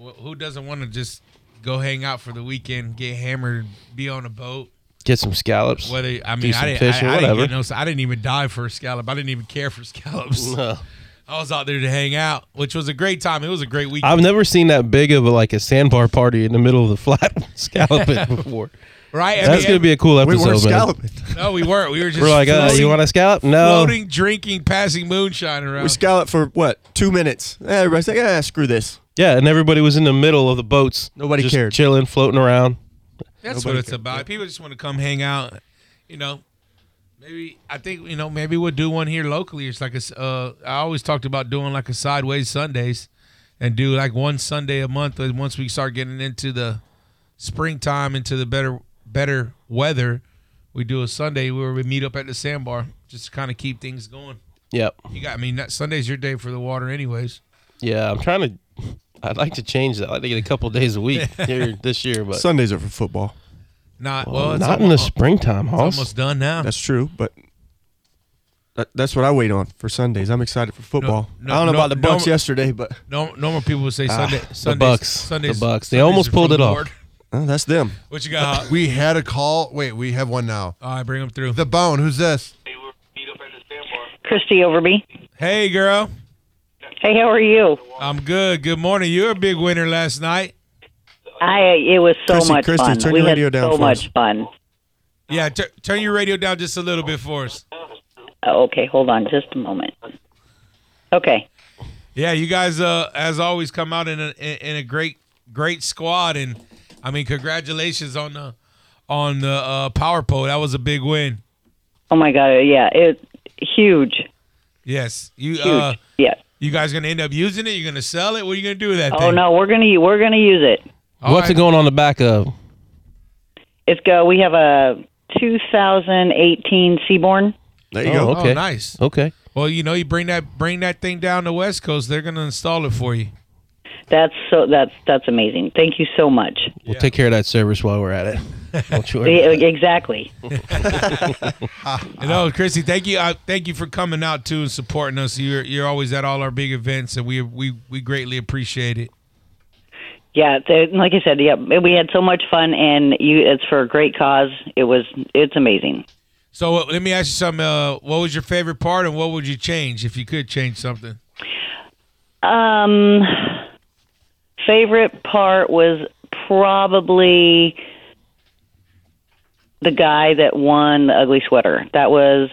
S5: wh- who doesn't want to just go hang out for the weekend, get hammered, be on a boat?
S7: Get some scallops.
S5: Whether I
S7: do
S5: mean,
S7: some
S5: I didn't,
S7: fish
S5: I,
S7: or
S5: I didn't
S7: whatever.
S5: get no, I didn't even dive for a scallop. I didn't even care for scallops.
S7: No.
S5: I was out there to hang out, which was a great time. It was a great weekend,
S7: I've never seen that big of a, like a sandbar party in the middle of the flat scalloping before.
S5: right? I
S7: That's
S5: mean,
S7: gonna be a cool
S6: We
S7: episode,
S6: were
S7: man.
S6: scalloping.
S5: no, we weren't. We were just
S7: We're like, uh,
S5: floating,
S7: you oh. want a scallop? No.
S5: floating, drinking, passing moonshine around.
S6: We scalloped for what? Two minutes. Everybody's like, ah, screw this.
S7: Yeah, and everybody was in the middle of the boats.
S6: Nobody
S7: just
S6: cared.
S7: chilling, floating around.
S5: That's
S6: Nobody
S5: what it's
S6: cares.
S5: about. People just want to come hang out, you know. Maybe I think you know. Maybe we'll do one here locally. It's like a. s- Uh, I always talked about doing like a sideways Sundays, and do like one Sunday a month. And once we start getting into the springtime, into the better better weather, we do a Sunday where we meet up at the sandbar just to kind of keep things going.
S7: Yep.
S5: You got. I mean, that Sunday's your day for the water, anyways.
S7: Yeah, I'm trying to. I'd like to change that. I'd like to get a couple days a week here this year, but
S6: Sundays are for football.
S5: Not well.
S7: well,
S5: it's
S7: not
S5: al-
S7: in the
S5: it's
S7: springtime, Hoss.
S5: almost done now.
S6: That's true, but that, that's what I wait on for Sundays. I'm excited for football.
S5: no,
S6: I don't know
S5: no,
S6: about the
S5: no.
S6: Bucks yesterday, but
S5: No, normal people would say Sunday. Sundays,
S7: Ah, Bucks.
S5: Sundays,
S7: The Bucks. They
S5: Sundays
S7: almost
S5: are
S7: pulled
S5: from
S7: it
S5: the
S7: off.
S5: Lord.
S6: oh, that's them.
S5: What you got?
S8: We had a call. Wait, we have one now.
S5: All right, bring them through.
S8: The Bone, who's this?
S10: Christy Overby.
S5: hey, girl.
S10: Hey, how are you?
S5: I'm good. Good morning. You're a big winner last night.
S10: I it was so
S6: Christy,
S10: much
S6: Christy,
S10: fun.
S6: turn
S10: we
S6: your
S10: had
S6: radio down
S10: so
S6: for
S10: much
S6: us.
S10: fun.
S5: Yeah, tur turn your radio down just a little bit for us.
S10: Oh, okay, hold on just a moment. Okay.
S5: Yeah, you guys, uh, as always, come out in a in in a great great squad, and I mean, congratulations on the on the uh, power pole. That was a big win.
S10: Oh my God. Yeah, it huge,
S5: Yes, you
S10: huge.
S5: uh,
S10: yeah.
S5: you guys gonna end up using it. You're gonna sell it. What are you gonna do with that
S10: Oh
S5: thing?
S10: no, we're gonna we're gonna use it.
S5: All
S7: What's
S5: right.
S7: it going on the back of?
S10: It's go. We have a 2018 Seaborn.
S6: There you
S7: Oh,
S6: go.
S7: okay.
S5: Oh, nice.
S7: Okay.
S5: Well, you know, you bring that bring that thing down the West Coast. They're gonna install it for you.
S10: That's so that's that's amazing. Thank you so much.
S7: We'll take care of that service while we're at it. Don't you worry
S10: Yeah,
S7: about it.
S10: Exactly.
S5: You know, Christy, thank you. Uh, thank you for coming out too and supporting us. You're you're always at all our big events, and we we we greatly appreciate it.
S10: Yeah, the, like I said, yeah, we had so much fun, and you, it's for a great cause. It was, it's amazing.
S5: So uh, let me ask you something. Uh, what was your favorite part, and what would you change if you could change something?
S10: Um, favorite part was probably the guy that won the ugly sweater. That was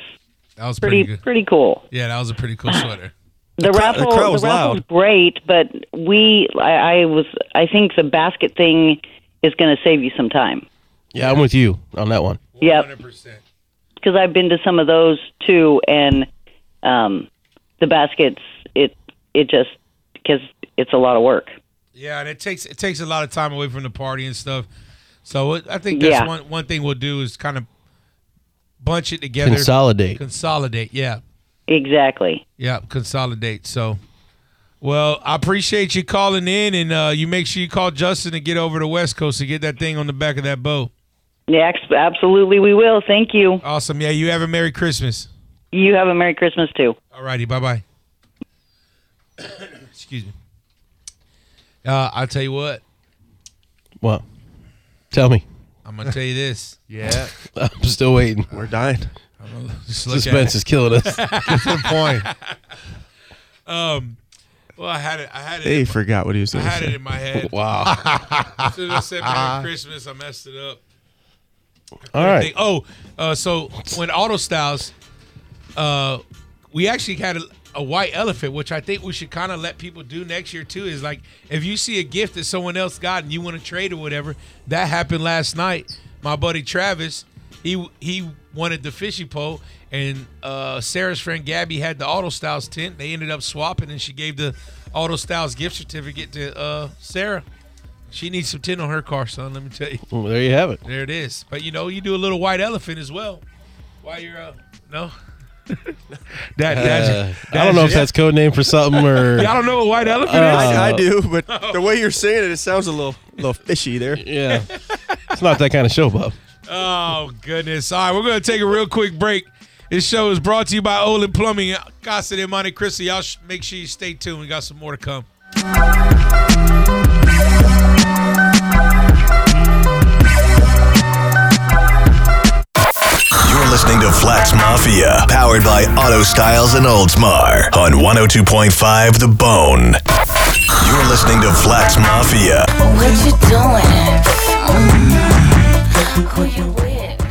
S5: That was pretty,
S10: pretty
S5: good.
S10: pretty cool.
S5: Yeah, that was a pretty cool sweater.
S10: The,
S6: crowd- the
S10: raffle,
S6: crowd was
S10: the raffle
S6: loud.
S10: great, but we, I, I was, I think the basket thing is going to save you some time.
S7: Yeah, I'm with you on that one.
S10: Yep.
S5: 100%.
S10: because I've been to some of those too, and um, the baskets it it just because it's a lot of work.
S5: Yeah, and it takes it takes a lot of time away from the party and stuff. So it, I think that's
S10: Yeah.
S5: one one thing we'll do is kind of bunch it together,
S7: Consolidate.
S5: consolidate. Yeah,
S10: Exactly.
S5: Yeah, consolidate. So, well, I appreciate you calling in, and uh, you make sure you call Justin to get over to West Coast to get that thing on the back of that boat.
S10: Yeah, ex- absolutely, we will. Thank you.
S5: Awesome. Yeah, you have a Merry Christmas.
S10: You have a Merry Christmas too.
S5: All righty. Bye bye. Excuse me. Uh, I'll tell you what.
S7: Well, tell me.
S5: I'm gonna tell you this.
S8: Yeah.
S7: I'm still waiting.
S6: We're dying.
S5: Just look at it.
S7: Suspense is killing us.
S8: Good point.
S5: Um, well, I had it. I had it.
S6: They forgot what he was
S5: I
S6: doing.
S5: had it in my head.
S7: wow.
S5: As soon as I said Merry Christmas, I messed it up.
S7: All
S5: They-
S7: right.
S5: oh, uh, so when Auto Styles, uh, we actually had a, a white elephant, which I think we should kind of let people do next year too. Is like if you see a gift that someone else got and you want to trade or whatever, that happened last night. My buddy Travis, he he wanted the fishy pole, and uh, Sarah's friend Gabby had the Auto Styles tent. They ended up swapping, and she gave the Auto Styles gift certificate to uh, Sarah She needs some tin on her car, son. Let me tell you.
S7: Well, there you have it.
S5: There it is. But you know, you do a little white elephant as well. While you're uh, no. that that's,
S7: Uh, I don't know if that's code name for something or
S5: I don't know what white elephant
S7: uh,
S5: is.
S6: I, I do, but the way you're saying it, it sounds a little, little fishy there.
S7: yeah. It's not that kind of show, Bob.
S5: Oh goodness! All right, we're gonna take a real quick break. This show is brought to you by Olin Plumbing, Casa de Monte Cristo. Y'all sh- make sure you stay tuned. We got some more to come.
S1: You're listening to Flats Mafia, powered by Auto Styles and Oldsmar on 102.5 The Bone. You're listening to Flats Mafia.
S4: What you doing? Who you with?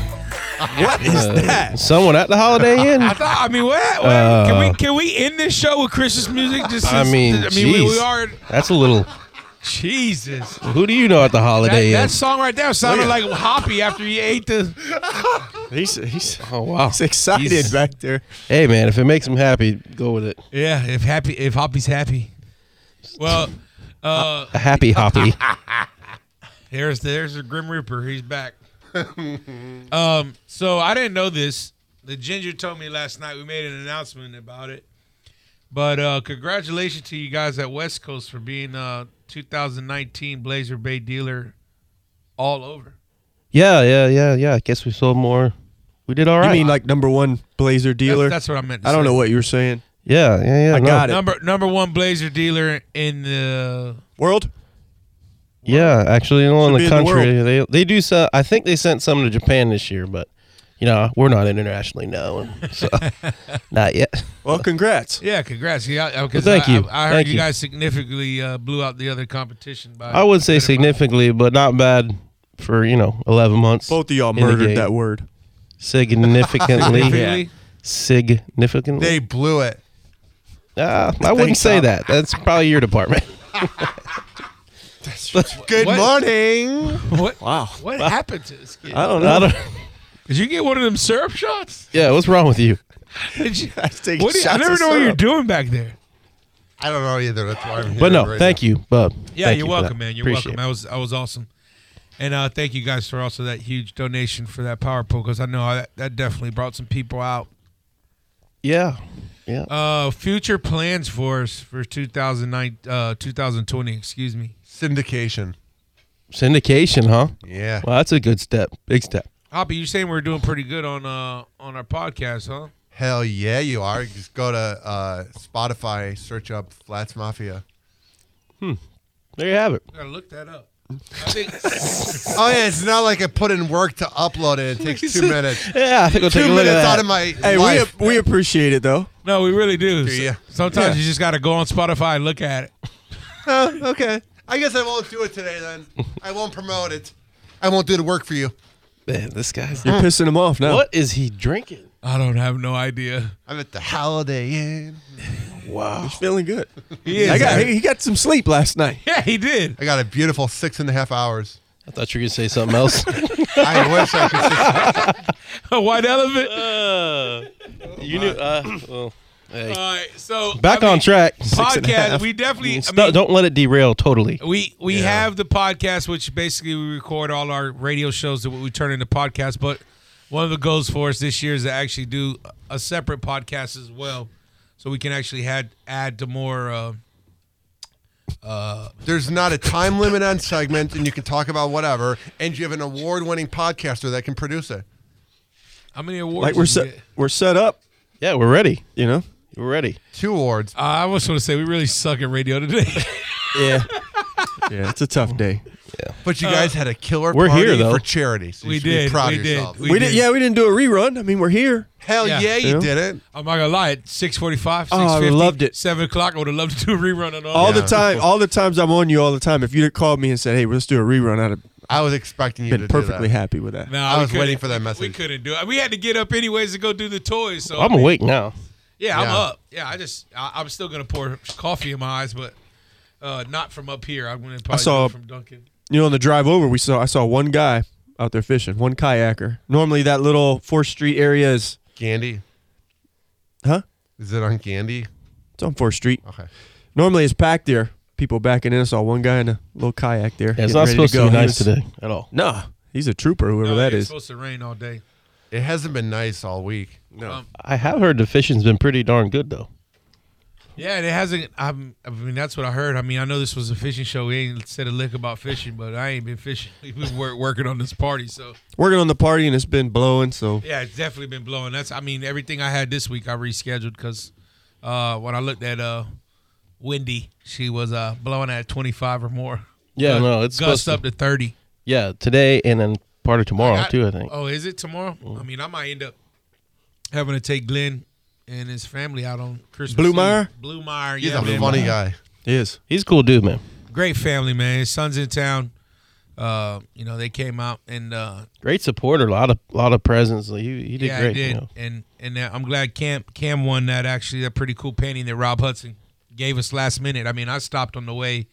S5: What is that?
S7: Someone at the Holiday Inn.
S5: I thought. I mean, what? what? can we can we end this show with Christmas music? Just
S7: Uh, I
S5: since-
S7: mean,
S5: I mean, we, we
S7: jeez.
S5: are
S7: That's a little.
S5: Jesus.
S7: Who do you know at the
S5: That,
S7: Holiday
S5: that
S7: Inn?
S5: song right there sounded
S7: oh,
S5: like Hoppy after he ate the.
S6: He's, he's,
S7: Oh wow.
S6: he's excited
S7: He's-
S6: back there.
S7: Hey man, if it makes him happy, go with it.
S5: Yeah, if happy, if Hoppy's happy. Well, uh,
S7: A happy hoppy.
S5: There's there's a Grim Reaper. He's back. um, so I didn't know this. The ginger told me last night. We made an announcement about it. But uh, congratulations to you guys at West Coast for being uh, 2019 Blazer Bay dealer all over.
S7: yeah, yeah, yeah, yeah. I guess we sold more. We did all
S6: You
S7: right.
S6: mean like number one blazer dealer?
S5: That's, that's what I meant. To
S6: I don't
S5: say.
S6: know what you were saying.
S7: yeah, yeah, yeah.
S6: I
S7: no.
S6: got it.
S5: Number number one Blazer dealer in the
S6: World?
S7: Yeah, actually, you know, in
S6: be
S7: the
S6: in the
S7: country, they they do. So I think they sent some to Japan this year, but you know, we're not internationally known, so not yet.
S6: Well, congrats.
S5: yeah. Congrats, yeah. Because
S7: Well, thank
S5: I,
S7: you.
S5: I, I heard
S7: Thank
S5: you
S7: you.
S5: guys significantly uh, blew out the other competition by.
S7: I would say
S5: by-
S7: significantly, but not bad for you know eleven months.
S6: Both of y'all
S7: in the
S6: murdered
S7: game.
S6: that word.
S7: significantly.
S5: significantly.
S7: Significantly,
S8: They blew it.
S7: uh, I wouldn't
S6: Thanks,
S7: say
S6: Tom.
S7: that. That's probably your department.
S8: Good
S5: What?
S8: morning.
S5: What?
S6: Wow.
S5: What happened to this kid?
S6: I don't know.
S7: I don't-
S5: Did you get one of them syrup shots?
S7: yeah, what's wrong with you?
S5: Did you,
S6: I, think
S5: what do you- I never know what you're doing back there.
S8: I don't know either. That's why I'm here.
S7: But no,
S8: right
S7: thank you, Bob.
S5: Yeah,
S7: Thank
S5: you're
S7: you for that.
S5: welcome, man. You're
S7: Appreciate
S5: welcome. I was I was awesome, and uh, thank you guys for also that huge donation for that power pool because I know I, that definitely brought some people out.
S7: it. Yeah, yeah.
S5: Uh, future plans for us for 2009, uh, 2020. Excuse me.
S8: Syndication.
S7: Syndication, huh?
S8: Yeah.
S7: Well, that's a good step. Big step.
S5: Hoppy, you saying we're doing pretty good on uh on our podcast, huh?
S8: Hell yeah, you are. Just go to uh, Spotify, search up Flats Mafia.
S7: There you have it.
S5: Gotta look that up. I think
S8: Oh yeah, it's not like I put in work to upload it. It takes two minutes.
S7: Yeah, I think we'll take
S8: Two
S7: a look
S8: minutes
S7: at that.
S8: out of my
S6: Hey, we,
S8: life.
S6: ap- we appreciate it, though.
S5: no, we really do.
S8: Do ya?
S5: Sometimes you just gotta go on Spotify and look at it.
S8: Oh, okay. I guess I won't do it today then. I won't promote it. I won't do the work for you.
S7: Man, this guy's.
S6: You're pissing him off now.
S7: What is he drinking?
S5: I don't have no idea.
S8: I'm at the Holiday Inn.
S7: Wow.
S6: Feeling good.
S5: He is.
S6: I got, he, he got some sleep last night.
S5: yeah, he did.
S8: I got a beautiful six and a half hours.
S7: I thought you were gonna say something else.
S8: I wish I could. Just,
S5: A white elephant.
S7: you knew. Uh, well, hey.
S5: All right, so
S7: Back
S5: I mean,
S7: on track.
S6: and a
S5: Podcast.
S6: half.
S5: We definitely. I
S7: Stop-
S5: mean,
S7: don't let it derail totally.
S5: we we have the podcast, which basically we record all our radio shows that we turn into podcasts. But one of the goals for us this year is to actually do a separate podcast as well, so we can actually had add to more. Uh,
S8: there's not a time limit on segments, and you can talk about whatever. And you have an award-winning podcaster that can produce it.
S5: how many awards?
S6: Like, we're
S5: did you
S6: set,
S5: get?
S6: we're set up,
S7: Yeah, we're ready.
S6: you know?
S7: We're ready.
S8: Two awards.
S5: Uh, I was going to say we really suck at radio today.
S6: Yeah. yeah, it's a tough day.
S8: But you guys had a killer
S7: we're
S8: party
S7: here, though.
S8: for charity. So you
S5: we
S8: should be
S5: did.
S8: proud
S5: we
S8: of
S5: did.
S8: yourself.
S6: We, did, yeah, we didn't do a rerun. I mean, we're here.
S8: Hell
S5: Yeah.
S8: yeah, you
S6: Yeah.
S8: did it.
S5: I'm not gonna lie. At 6:45, 6:50,
S6: Oh, I loved it. Oh,
S5: Seven o'clock. I would have loved to do a rerun on
S6: All the
S8: Yeah.
S6: time, all the times I'm on you, all the time. If you'd have called me and said, hey, let's do a rerun, I'd have
S8: I was expecting you
S6: been
S8: to
S6: perfectly
S8: do that.
S6: happy with that.
S5: No,
S8: I
S5: we
S8: was
S5: couldn't-
S8: waiting for that
S5: we- We
S8: message.
S5: couldn't do it. We had to get up anyways to go do the toys. So
S7: Oh, I'm awake now.
S5: Yeah, I'm
S8: Yeah.
S5: up. Yeah, I just I, I'm still gonna pour coffee in my eyes, but uh, not from up here. I'm gonna probably
S6: saw-
S5: do it from Duncan.
S6: You know, on the drive over, we saw I saw one guy out there fishing, one kayaker. Normally, that little Fourth Street area is
S8: Candy.
S6: Huh?
S8: Is it on Candy?
S6: It's on Fourth Street.
S8: Okay.
S6: Normally, it's packed there, people backing in. I saw one guy in a little kayak there.
S7: Yeah,
S6: getting
S7: it's not
S6: ready
S7: supposed to,
S6: go.
S7: be
S6: He
S7: nice
S6: was-
S7: today at all.
S6: Nah, he's a trooper, whoever that
S5: Oh, it's
S6: is.
S5: supposed to rain all day.
S8: It hasn't been nice all week.
S6: No.
S7: I have heard the fishing's been pretty darn good though.
S5: Yeah, it hasn't. I'm, I mean, that's what I heard. I mean, I know this was a fishing show. We ain't said a lick about fishing, but I ain't been fishing. We've been wor- working on this party, so
S6: Working on the party and it's been blowing, so
S5: yeah, it's definitely been blowing. That's. I mean, everything I had this week, I rescheduled because uh, when I looked at uh, Wendy, she was uh, blowing at 25 or more.
S7: Yeah,
S5: Uh,
S7: no, it's
S5: gust
S7: supposed
S5: up to 30.
S7: Yeah, today and then part of tomorrow
S5: I-
S7: too. I think. Mm-hmm.
S5: Oh, is it tomorrow? I mean, I might end up having to take Glenn and his family out on Christmas.
S6: Blue Mire?
S5: Eve. Blue Mire.
S8: He's
S5: yeah,
S8: a
S5: Blue
S8: funny
S5: Mire.
S8: guy.
S6: he is.
S7: He's a cool dude, man.
S5: Great family, man. His son's in town. Uh, you know, they came out and uh,
S7: Great supporter, a lot of lot of presence. Like, he he did
S5: yeah, I
S7: great.
S5: did.
S7: You know.
S5: And and uh, I'm glad Cam Cam won that. Actually, that pretty cool painting that Rob Hudson gave us last minute. I mean, I stopped on the way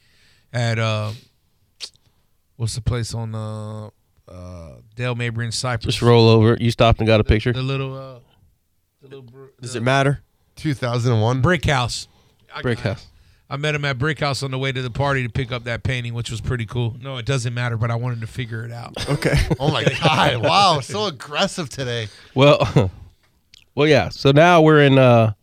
S5: at uh, what's the place on uh, uh, Dale Mabry and Cypress.
S7: Just roll over. You stopped and got a picture.
S5: the little uh, the little br-
S6: Does it matter?
S8: 2001.
S5: brick house. I-
S7: Brick house.
S5: I met him at Brick House on the way to the party to pick up that painting, which was pretty cool. No, it doesn't matter, but I wanted to figure it out.
S6: Okay.
S8: Oh my God! Wow, so aggressive today.
S7: Well, well, yeah. So now we're in uh,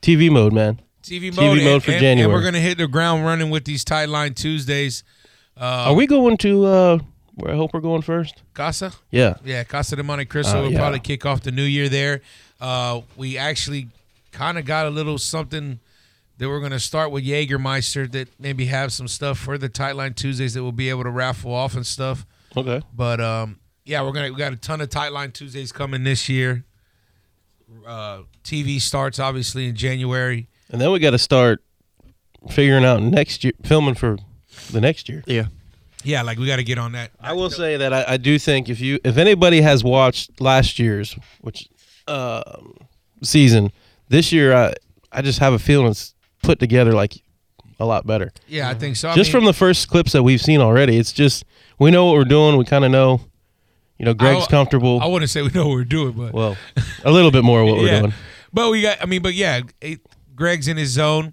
S7: TV mode, man.
S5: TV
S7: TV
S5: mode,
S7: mode
S5: and,
S7: for
S5: and- And
S7: January.
S5: we're gonna hit the ground running with these tight line Tuesdays.
S7: Are we going to uh, where I hope we're going first?
S5: Casa,
S7: Yeah.
S5: yeah, Casa de Monte Cristo.
S7: Uh,
S5: will
S7: yeah.
S5: probably kick off the new year there. Uh, we actually kind of got a little something that we're gonna start with Jaegermeister that maybe have some stuff for the tight line Tuesdays that we'll be able to raffle off and stuff.
S7: Okay.
S5: But um, yeah, we're gonna we got a ton of tight line Tuesdays coming this year. Uh, TV starts obviously in January.
S7: And then we got to start figuring out next year, filming for the next year.
S6: yeah.
S5: Yeah, like we got to get on that.
S7: I will say that I, I do think if you if anybody has watched last year's which um season this year I I just have a feeling it's put together like a lot better
S5: Yeah, I think so. I
S7: just
S5: mean,
S7: from the first clips that we've seen already it's just we know what we're doing we kind of know you know Greg's
S5: I-
S7: comfortable
S5: I wouldn't say we know what we're doing, but
S7: well a little bit more of what
S5: yeah.
S7: we're doing
S5: But we got. I mean, but yeah, it, Greg's in his zone,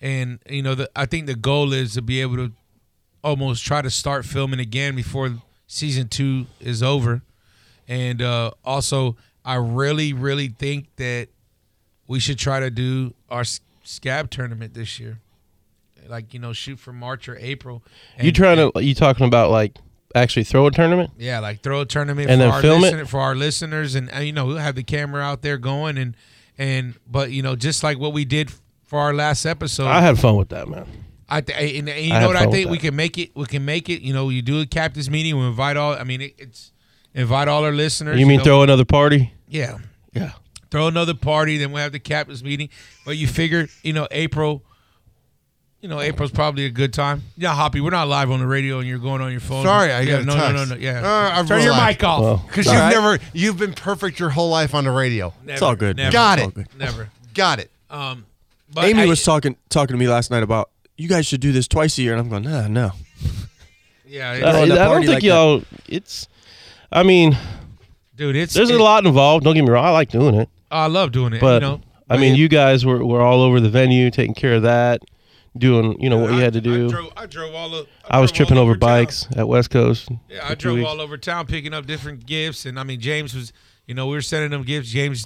S5: and you know, the, I think the goal is to be able to almost try to start filming again before season two is over. And uh, also, I really, really think that we should try to do our s- scab tournament this year. Like you know, shoot for March or April. And,
S7: you trying to you talking about like actually throw a tournament
S5: yeah, like throw a tournament
S7: And
S5: for
S7: then
S5: our
S7: film it?
S5: listener, for our listeners, and uh, you know we'll have the camera out there going and and but you know just like what we did for our last episode,
S7: I had fun with that man
S5: I th- and, and you know
S7: I had
S5: what I
S7: fun with
S5: think we
S7: that.
S5: can make it. We can make it. You know, you do a captain's meeting. We invite all. I mean, it, it's invite all our listeners.
S7: you mean
S5: know,
S7: throw another party
S5: Yeah,
S7: yeah
S5: throw another party. Then we'll have the captain's meeting. But you figure, you know, April. You know, April's probably a good time. Yeah, Hoppy, we're not live on the radio, and you're going on your phone.
S8: Sorry, I
S5: yeah,
S8: got a
S5: no,
S8: text.
S5: no, no, no, yeah.
S8: Uh, I've
S5: Turn your
S8: realized.
S5: mic off.
S7: well
S8: Because
S6: All
S8: you've
S6: right.
S8: never, you've been perfect your whole life on the radio.
S6: It's all good.
S5: Never,
S8: Got
S6: It's
S8: it.
S6: all good.
S5: Never.
S8: Got it.
S5: Um, but
S6: Amy
S5: I-
S6: was talking talking to me last night about you guys should do this twice a year, and I'm going, nah, no.
S5: Yeah,
S7: Uh, I,
S5: it's-
S6: Throwing a
S7: I don't
S6: party
S7: think
S6: like that.
S7: y'all it's I mean
S5: dude, it's
S7: There's
S5: it-
S7: a lot involved. Don't get me wrong. I like doing it,
S5: I love doing it.
S7: but
S5: you know,
S7: I mean, you guys were, were all over the venue, taking care of that, doing you know what you had to do.
S5: I drove, I drove all o-
S7: I was
S5: drove
S7: tripping
S5: all
S7: over
S5: town.
S7: bikes at West Coast.
S5: Yeah,
S7: for
S5: I
S7: two
S5: drove
S7: weeks.
S5: all over town picking up different gifts, and I mean, James was, you know, we were sending them gifts. James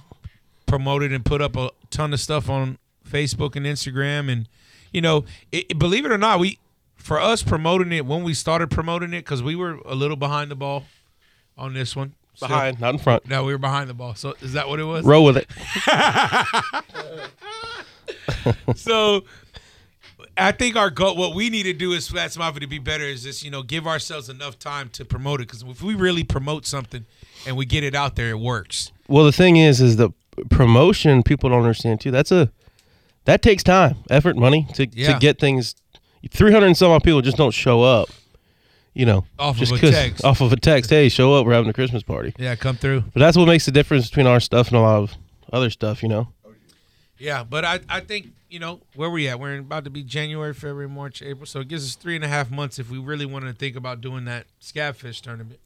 S5: promoted and put up a ton of stuff on Facebook and Instagram, and you know, it, it- believe it or not, we for us promoting it when we started promoting it because we were a little behind the ball on this one. So-
S7: behind, not in front.
S5: no, we were behind the ball. So is that what it was?
S7: Roll with it.
S5: So I think our goal, what we need to do is Flats Mafia to be better is just, you know, give ourselves enough time to promote it. Because if we really promote something and we get it out there, it works.
S7: Well, the thing is, is the promotion people don't understand too. That's a that takes time, effort, money to
S5: Yeah.
S7: to get things. Three hundred and some odd people just don't show up. You know,
S5: Off of
S7: just
S5: a
S7: 'cause-
S5: text.
S7: Off of a text. Hey, show up. We're having a Christmas party.
S5: Yeah, come through.
S7: But that's what makes the difference between our stuff and a lot of other stuff, you know.
S5: Yeah, but I, I think, you know, where we at? We're about to be January, February, March, April. So it gives us three and a half months if we really want to think about doing that scabfish tournament.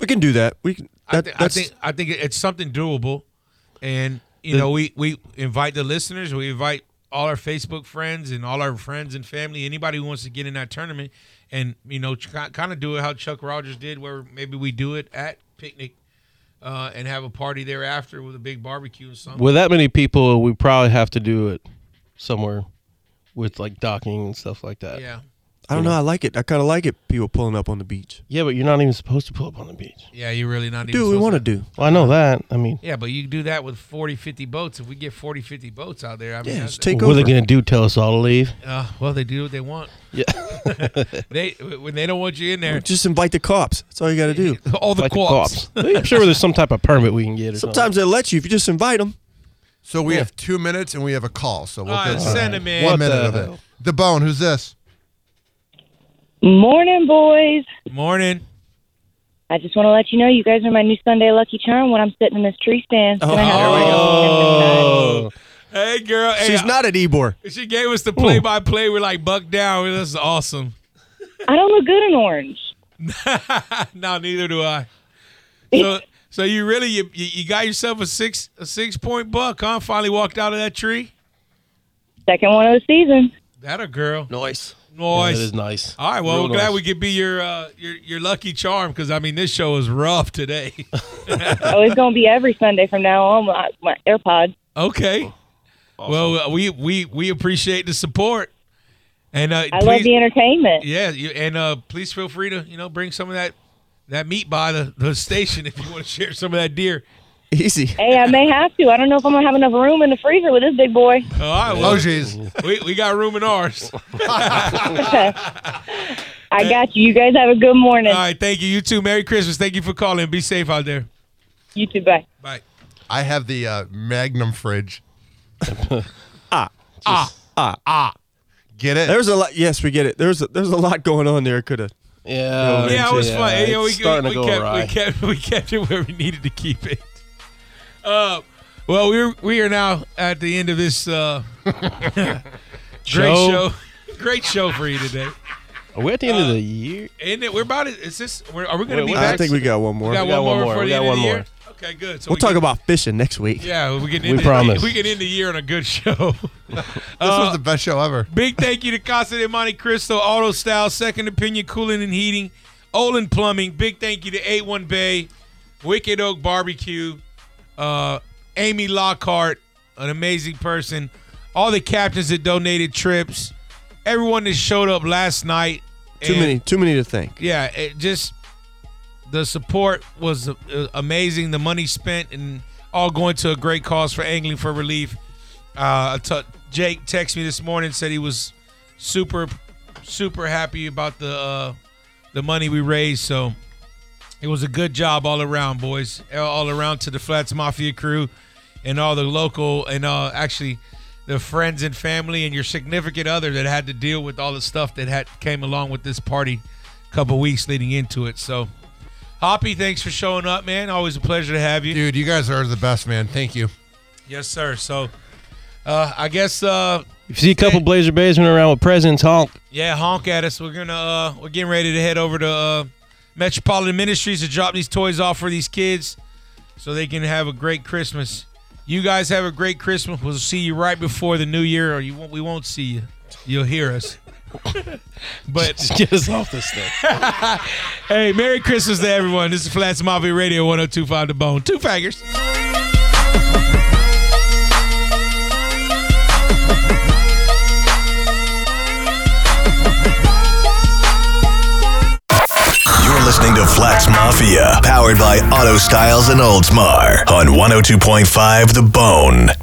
S6: We can do that. We can.
S5: I,
S6: That,
S5: thi- I
S6: that's,
S5: think I think it's something doable, and you know we we invite the listeners, we invite all our Facebook friends and all our friends and family, anybody who wants to get in that tournament, and you know, kind of do it how Chuck Rogers did, where maybe we do it at picnic uh, and have a party thereafter with a big barbecue and something.
S7: With that many people, we probably have to do it somewhere with like docking and stuff like that.
S5: yeah,
S6: I don't know. I like it. I kind of like it. People pulling up on the beach.
S7: Yeah, but you're not even supposed to pull up on the beach.
S5: yeah, you're really not. even
S6: Do what we
S5: supposed
S6: want to do.
S7: Well, I know that. I mean,
S5: Yeah, but you can do that with 40, 50 boats. If we get 40, 50 boats out there, I mean,
S6: Yeah,
S5: that's-
S6: just take
S7: what are
S6: over.
S7: they gonna do? Tell us all to leave?
S5: uh, well, they do what they want.
S7: Yeah.
S5: They when they don't want you in there,
S6: Just invite the cops. That's all you got to do.
S5: all the
S7: like the
S5: co-ops.
S7: cops. I'm sure there's some type of permit we can get. Or something.
S6: Sometimes they let you if you just invite them.
S8: So we
S7: Yeah.
S8: have two minutes and we have a call. So we'll
S5: All
S8: get
S5: right, send them in.
S8: one
S7: What
S8: minute
S7: the
S8: of it.
S7: hell?
S8: The bone. Who's this?
S11: Morning, boys.
S5: Morning.
S11: I just want to let you know you guys are my new Sunday lucky charm when I'm sitting in this tree stand. Can I have a
S7: Oh,
S5: Hey, girl. Hey,
S6: She's not at Ebor.
S5: She gave us the play-by-play. We're like buck down. That's awesome.
S11: I don't look good in orange.
S5: no, neither do I. So, so you really you, you you got yourself a six a six point buck, huh? Finally walked out of that tree.
S11: Second one of the season.
S5: That a girl.
S7: nice. Yeah,
S5: Noise.
S7: that is nice.
S5: All right. Well,
S7: Real
S5: we're glad
S7: nice.
S5: we could be your uh, your your lucky charm because I mean this show is rough today.
S11: Oh, it's going to be every Sunday from now on. My, my AirPod.
S5: okay. Well, uh, we we we appreciate the support, and uh,
S11: I
S5: please,
S11: love the entertainment.
S5: yeah, you, and uh, please feel free to you know bring some of that that meat by the, the station if you want to share some of that deer.
S6: Easy.
S11: Hey, I may have to. I don't know if I'm going to have enough room in the freezer with this big boy.
S5: All right. Well,
S8: Oh, jeez.
S5: we, we got room in ours.
S11: I got you. You guys have a good morning.
S5: All right, thank you. You too. Merry Christmas. Thank you for calling. Be safe out there.
S11: You too. Bye.
S5: Bye.
S8: I have the uh, Magnum fridge. ah. Get it?
S6: There's a lot. Yes, we get it. There's a, there's a lot going on there. Could have.
S7: Yeah.
S5: Yeah, it was fun. Yeah,
S7: it's
S5: we,
S7: starting
S5: we,
S7: to go
S5: kept,
S7: awry.
S5: we kept we kept it where we needed to keep it. Uh, well, we're we are now at the end of this uh, great show.
S7: Show.
S5: great show for you today.
S7: Are we at the end
S5: Uh,
S7: of the year?
S5: And it, we're about it. Is this? We're, are we going to
S7: Wait,
S5: be
S7: wait,
S5: back?
S6: I think we got one more.
S5: got
S7: we got one more.
S5: before
S7: We
S5: the
S7: got
S5: end of
S7: one
S5: the year?
S7: more.
S5: Okay, good. So
S6: We'll
S5: we
S6: talk
S5: can-
S6: about fishing next week.
S5: Yeah, we can. End
S7: We
S5: it-
S7: promise.
S5: We can end the year on a good show.
S8: this was the best show ever.
S5: Big thank you to Casa de Monte Cristo, Auto Style, Second Opinion Cooling and Heating, Olin Plumbing. Big thank you to A1 Bay, Wicked Oak Barbecue, uh, Amy Lockhart, an amazing person, all the captains that donated trips, everyone that showed up last night.
S6: Too
S5: And,
S6: many. Too many to think.
S5: Yeah, it just the support was uh, amazing. The money spent and all going to a great cause for angling for relief. Uh, I t- Jake texted me this morning said he was super super happy about the uh, the money we raised. So it was a good job all around, boys. All around to the Flats Mafia crew and all the local and uh, actually the friends and family and your significant other that had to deal with all the stuff that had came along with this party a couple weeks leading into it. So Hoppy, thanks for showing up, man. Always a pleasure to have you.
S8: Dude, you guys are the best, man. Thank you.
S5: Yes, sir. So uh, I guess uh,
S7: If you see a couple Blazer Basemen around with presidents, honk.
S5: Yeah, honk at us. We're gonna uh, we're getting ready to head over to uh, Metropolitan Ministries to drop these toys off for these kids, so they can have a great Christmas. You guys have a great Christmas. We'll see you right before the New Year, or you won't, we won't see you. You'll hear us. but
S7: Just get us off this thing.
S5: hey, Merry Christmas to everyone. This is Flats Mafia Radio 102.5 The Bone. Two fingers.
S1: You're listening to Flats oh Mafia, powered by Auto Styles and Oldsmar on 102.5 The Bone.